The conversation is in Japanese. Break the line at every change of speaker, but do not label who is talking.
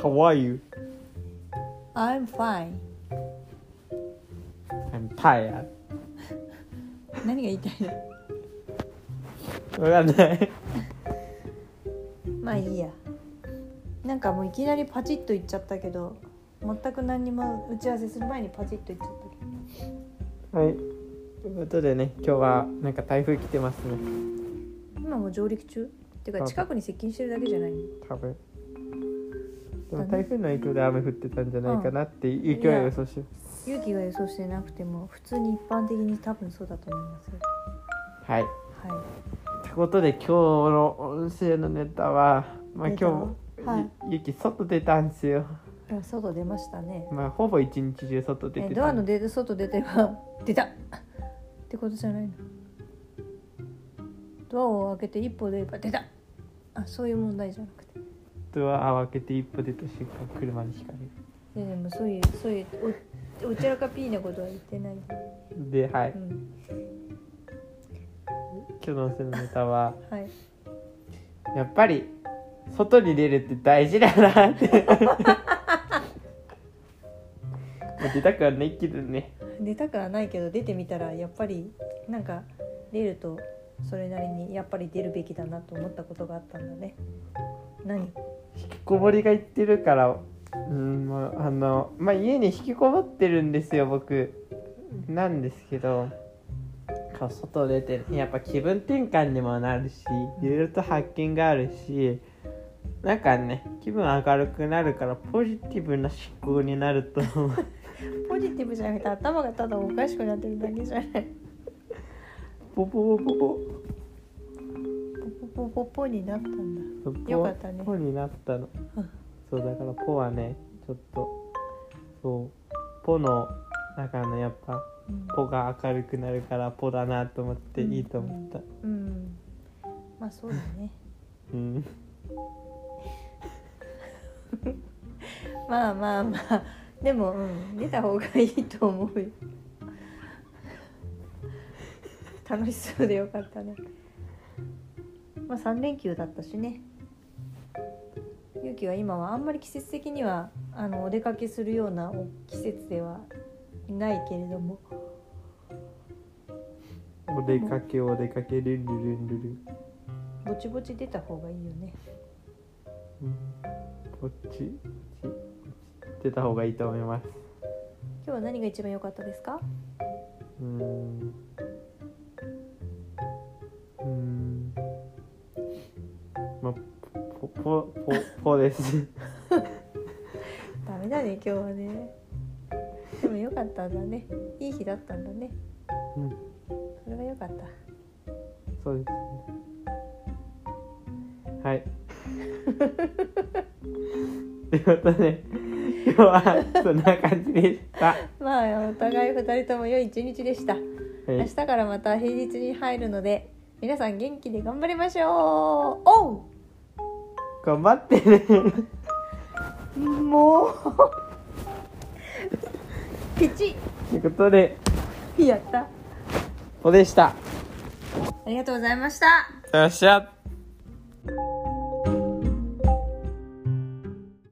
How are you?
I'm fine
I'm tired.
何が言いたいの
わかんない。
まあいいやなんかもういきなりパチッと言っちゃったけど全く何にも打ち合わせする前にパチッと言っちゃったけど
はい。ということでね、今日はなんか台風来てますね。
今もう上陸中っていうか近くに接近してるだけじゃないの
多分。でも台風の影響で雨降ってたんじゃないかなっていう勢いを予想しよ
勇気が予想してなくても普通に一般的に多分そうだと思いますよ
う。はい。
は
ということで今日の音声のネタは、まあ
ネ
今日
タは
も、
い
ゆゆき外出たんですよ。
いいや外出ましたね
まあほぼ一日中外出
え
て
ド
た
ア
ん
の
で。
出て外出ては 出たってことじゃないのドアを開けて一歩出れば出たあそういう問題じゃなくて
ドアを開けて一歩出た瞬間車にひかれる。
いやでもそういうそういうおおちゃらかピーなことは言ってない、
で、はい。
うん、
今日の音声のネタは。
はい
やっぱり外に出るって大事だなって出たくはないけどね
出たくはないけど出てみたらやっぱりなんか出るとそれなりにやっぱり出るべきだなと思ったことがあったんだね何
引きこもりが言ってるからうんまああのまあ家に引きこもってるんですよ僕なんですけどこう外出てやっぱ気分転換にもなるしいろいろと発見があるしなんかね気分明るくなるからポジティブな思考になると思う
ポジティブじゃなくて頭がただおかしくなってるだけじゃない
ポポ
ポ
ポポポ
ポポポポになったんだ
そう
よかったね
ポになった の
うん
そうだからポはねちょっとそうポの中のやっぱ
うん
ポが明るくなるからポだなと思っていいと思った
うんまあそうだね
うん、
まあまあまあでも、うん、出た方がいいと思うよ楽しそうでよかったねまあ3連休だったしねゆうきは今はあんまり季節的にはあのお出かけするようなお季節ではないけれども
お出かけお出かけルンルルンルルン、
ぼちぼち出た方がいいよね
うん、こっちこっち出た方がいいと思います
今日は何が一番良かったですか
うーんうーんまあポポポポ です
ダメだね今日はねでもよかったんだねいい日だったんだね
うん
それはよかった
そうですね。はい。 ということで、今日はそんな感じでした。は
まあお互い2人とも良い一日でした明
い
日からまた平日に入るので皆さん元気で頑張りましょうお
頑張ってね。
うも うピチ
ということで、
ッやった
ポでした。
ありがとうございました
よっしゃ。